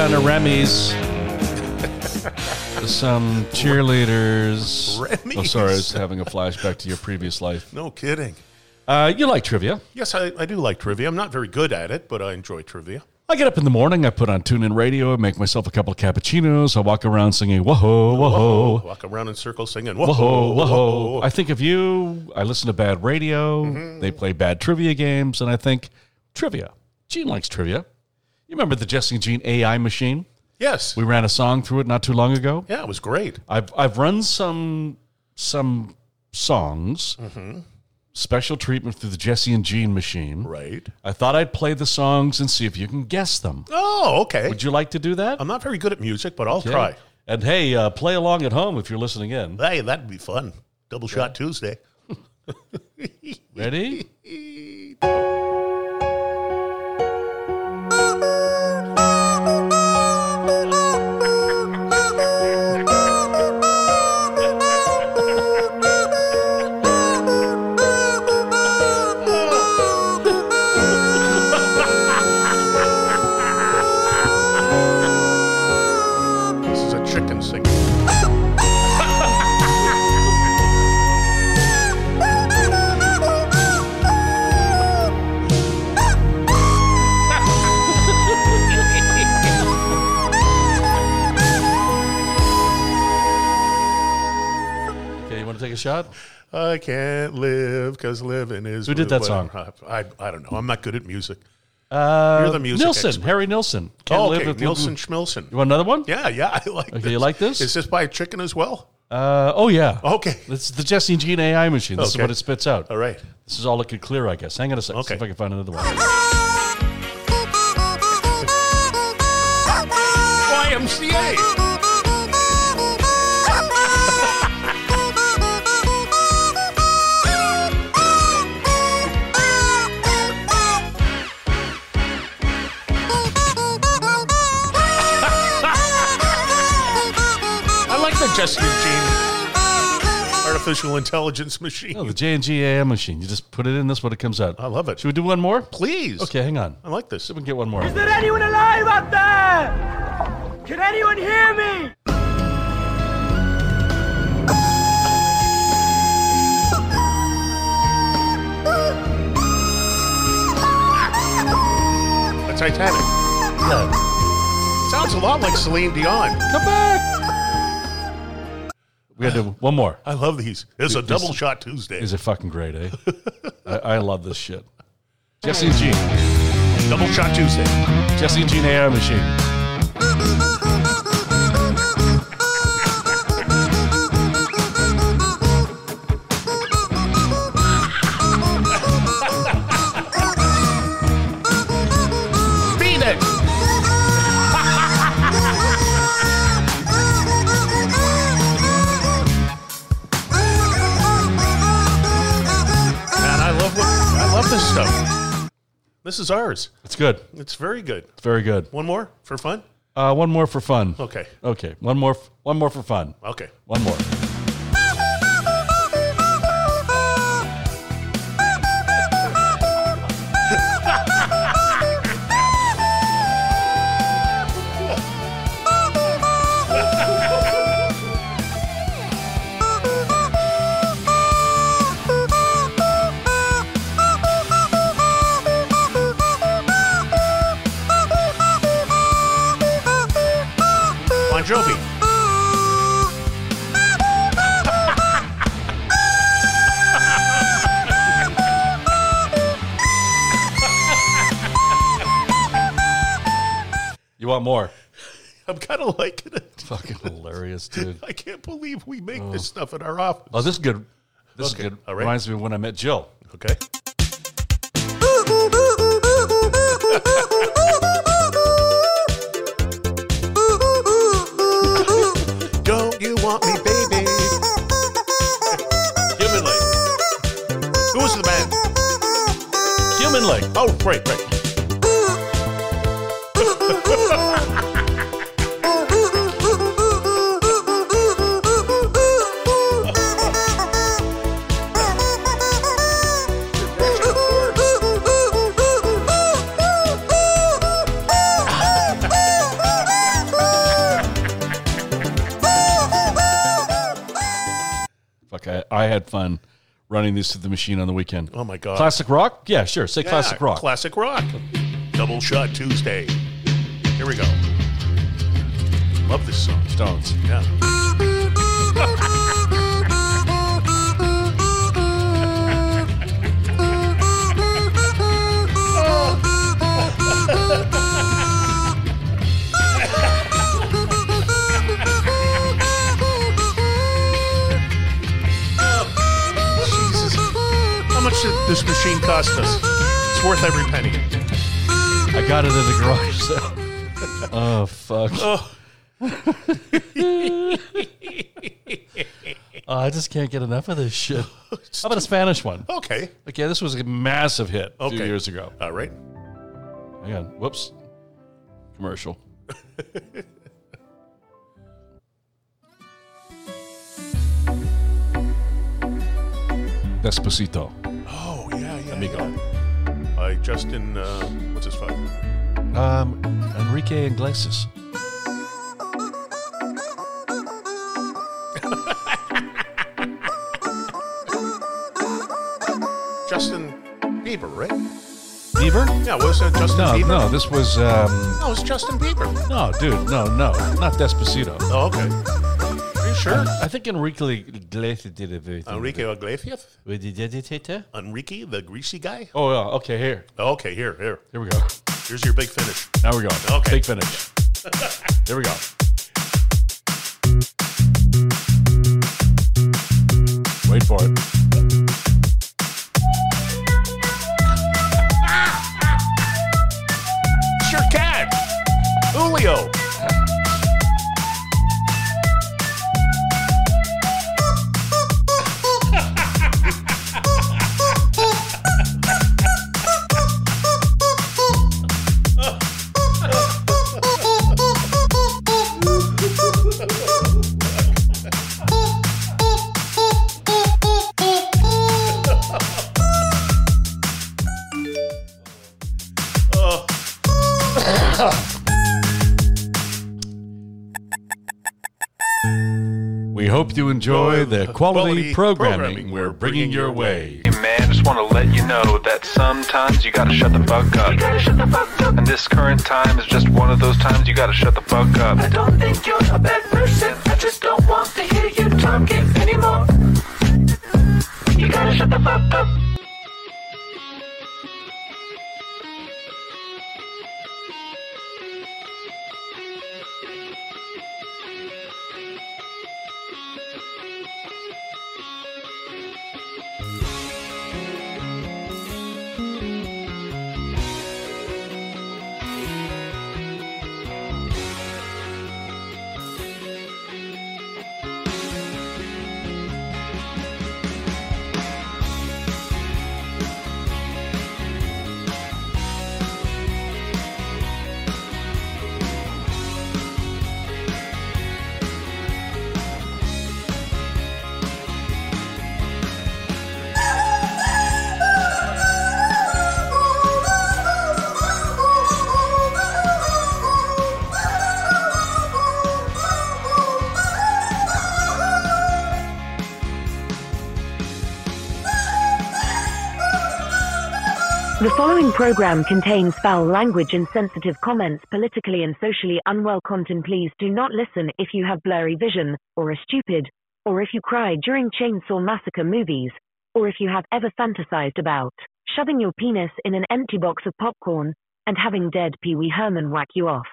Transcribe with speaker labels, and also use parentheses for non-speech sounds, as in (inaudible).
Speaker 1: Remy's, some cheerleaders.
Speaker 2: Remy's.
Speaker 1: Oh, sorry, I was having a flashback to your previous life.
Speaker 2: No kidding.
Speaker 1: Uh, you like trivia.
Speaker 2: Yes, I, I do like trivia. I'm not very good at it, but I enjoy trivia.
Speaker 1: I get up in the morning, I put on TuneIn Radio, I make myself a couple of cappuccinos, I walk around singing, whoa, whoa,
Speaker 2: Walk around in circles singing. Whoa,
Speaker 1: whoa, whoa. I think of you, I listen to bad radio,
Speaker 2: Mm-hmm.
Speaker 1: they play bad trivia games, and I think, trivia. Gene likes trivia. You remember the Jesse and Gene AI machine?
Speaker 2: Yes.
Speaker 1: We ran a song through it not too long ago.
Speaker 2: yeah, it was great.
Speaker 1: I've I've run some some songs, special treatment through the Jesse and Gene machine.
Speaker 2: Mm-hmm. Right.
Speaker 1: I thought I'd play the songs and see if you can guess them.
Speaker 2: Oh, okay.
Speaker 1: Would you like to do that?
Speaker 2: I'm not very good at music, but I'll
Speaker 1: Okay.
Speaker 2: try.
Speaker 1: And hey, uh, play along at home if you're listening in.
Speaker 2: Hey, that'd be fun. Double shot Tuesday.
Speaker 1: Ready?
Speaker 2: This is a chicken singing.
Speaker 1: Okay, you want to take a shot?
Speaker 2: I can't live because living is.
Speaker 1: Who did that song?
Speaker 2: I, I don't know. I'm not good at music.
Speaker 1: Uh,
Speaker 2: You're the music
Speaker 1: Nilsson,
Speaker 2: expert.
Speaker 1: Harry Nilsson. Can't
Speaker 2: Oh,
Speaker 1: live
Speaker 2: okay.
Speaker 1: with
Speaker 2: Nielsen
Speaker 1: You
Speaker 2: Schmilson.
Speaker 1: want another one?
Speaker 2: Yeah, yeah, I like this.
Speaker 1: Okay, you like this?
Speaker 2: Is this by a chicken as well?
Speaker 1: Uh, oh yeah.
Speaker 2: Okay.
Speaker 1: It's the Jesse and Gene AI machine. This is
Speaker 2: Okay.
Speaker 1: what it spits out.
Speaker 2: All right.
Speaker 1: This is all it could clear, I guess. Hang on a second. See
Speaker 2: Okay.
Speaker 1: if I can find another one.
Speaker 2: YMCA. I like the Jesse Gene artificial intelligence machine.
Speaker 1: Oh, the J and G AM machine. You just put it in. That's what it comes out.
Speaker 2: I love it.
Speaker 1: Should we do one more?
Speaker 2: Oh. Please.
Speaker 1: Okay, hang on.
Speaker 2: I like this.
Speaker 1: We can get one more.
Speaker 3: Is there anyone alive out there? Can anyone hear me?
Speaker 2: The Titanic. Sounds a lot like Celine Dion.
Speaker 1: Come back. We got to do one more.
Speaker 2: I love these. It's a
Speaker 1: This-
Speaker 2: double shot Tuesday.
Speaker 1: Is it fucking great,
Speaker 2: (laughs)
Speaker 1: eh? I, I love this shit. Jesse and Gene.
Speaker 2: double shot Tuesday.
Speaker 1: Jesse and Gene AI machine.
Speaker 2: Phoenix. Man, I love what, I love this stuff. This is ours.
Speaker 1: It's good.
Speaker 2: It's very good.
Speaker 1: It's very good.
Speaker 2: One more for fun?
Speaker 1: Uh, one more for fun.
Speaker 2: Okay.
Speaker 1: Okay. One more. f- One more for fun.
Speaker 2: Okay.
Speaker 1: One more.
Speaker 2: Bon Jovi.
Speaker 1: You want more?
Speaker 2: I'm kind of liking it. (laughs)
Speaker 1: Fucking hilarious, dude.
Speaker 2: I can't believe we make this stuff in our office.
Speaker 1: Oh, this is good. This
Speaker 2: Okay,
Speaker 1: is good.
Speaker 2: all right.
Speaker 1: Reminds me of when I met Jill.
Speaker 2: Okay. Don't you want me, baby? Human leg. Who was the man?
Speaker 1: Human leg.
Speaker 2: Oh, right, right.
Speaker 1: back. I, I had fun running these through the machine on the weekend.
Speaker 2: Oh, my God.
Speaker 1: Classic rock? Yeah, sure. Say classic
Speaker 2: Yeah,
Speaker 1: rock.
Speaker 2: Classic rock. Double shot Tuesday. Here we go. Love this song.
Speaker 1: Stones.
Speaker 2: Yeah. Jesus. How much did this (laughs) machine cost us? It's worth every penny.
Speaker 1: I got it in the garage. So. (laughs) oh fuck! Oh, I just can't get enough of this
Speaker 2: (laughs)
Speaker 1: shit. How about a Spanish one?
Speaker 2: Okay.
Speaker 1: Okay, this was a massive hit a few
Speaker 2: Okay.
Speaker 1: years ago.
Speaker 2: All right.
Speaker 1: Hang on. Whoops. Commercial. (laughs) Despacito.
Speaker 2: Oh, yeah, yeah.
Speaker 1: Amigo.
Speaker 2: yeah. By Justin, uh, what's his fuck?
Speaker 1: Um, Enrique Iglesias.
Speaker 2: Justin Bieber, right?
Speaker 1: Bieber?
Speaker 2: Yeah, was it Justin
Speaker 1: No,
Speaker 2: Bieber?
Speaker 1: no, this was, um,
Speaker 2: No, it's Justin Bieber.
Speaker 1: no, dude, no, no, not Despacito.
Speaker 2: Oh, okay. Are you sure?
Speaker 1: I think Enrique Iglesias did it. very-
Speaker 2: Enrique Iglesias?
Speaker 1: With the dedicator?
Speaker 2: Enrique, the greasy guy?
Speaker 1: Oh, yeah, okay, here.
Speaker 2: Okay, here, here.
Speaker 1: Here we go.
Speaker 2: Here's your big finish.
Speaker 1: Now we're going.
Speaker 2: Okay.
Speaker 1: Big (laughs) finish. here we go. Wait for it.
Speaker 2: It's your cat, Julio.
Speaker 1: We hope you enjoy the quality
Speaker 2: Quality
Speaker 1: programming
Speaker 2: programming
Speaker 1: we're bringing your way.
Speaker 4: Hey man, just want to let you know that sometimes you gotta shut the fuck up. You gotta shut the fuck up. And this current time is just one of those times you gotta shut the fuck up.
Speaker 5: I don't think you're a bad person. I just don't want to hear you talking anymore. You gotta shut the fuck up.
Speaker 6: The following program contains foul language and sensitive comments, politically and socially unwell content. Please do not listen if you have blurry vision, or are stupid, or if you cry during chainsaw massacre movies, or if you have ever fantasized about shoving your penis in an empty box of popcorn and having dead Pee Wee Herman whack you off.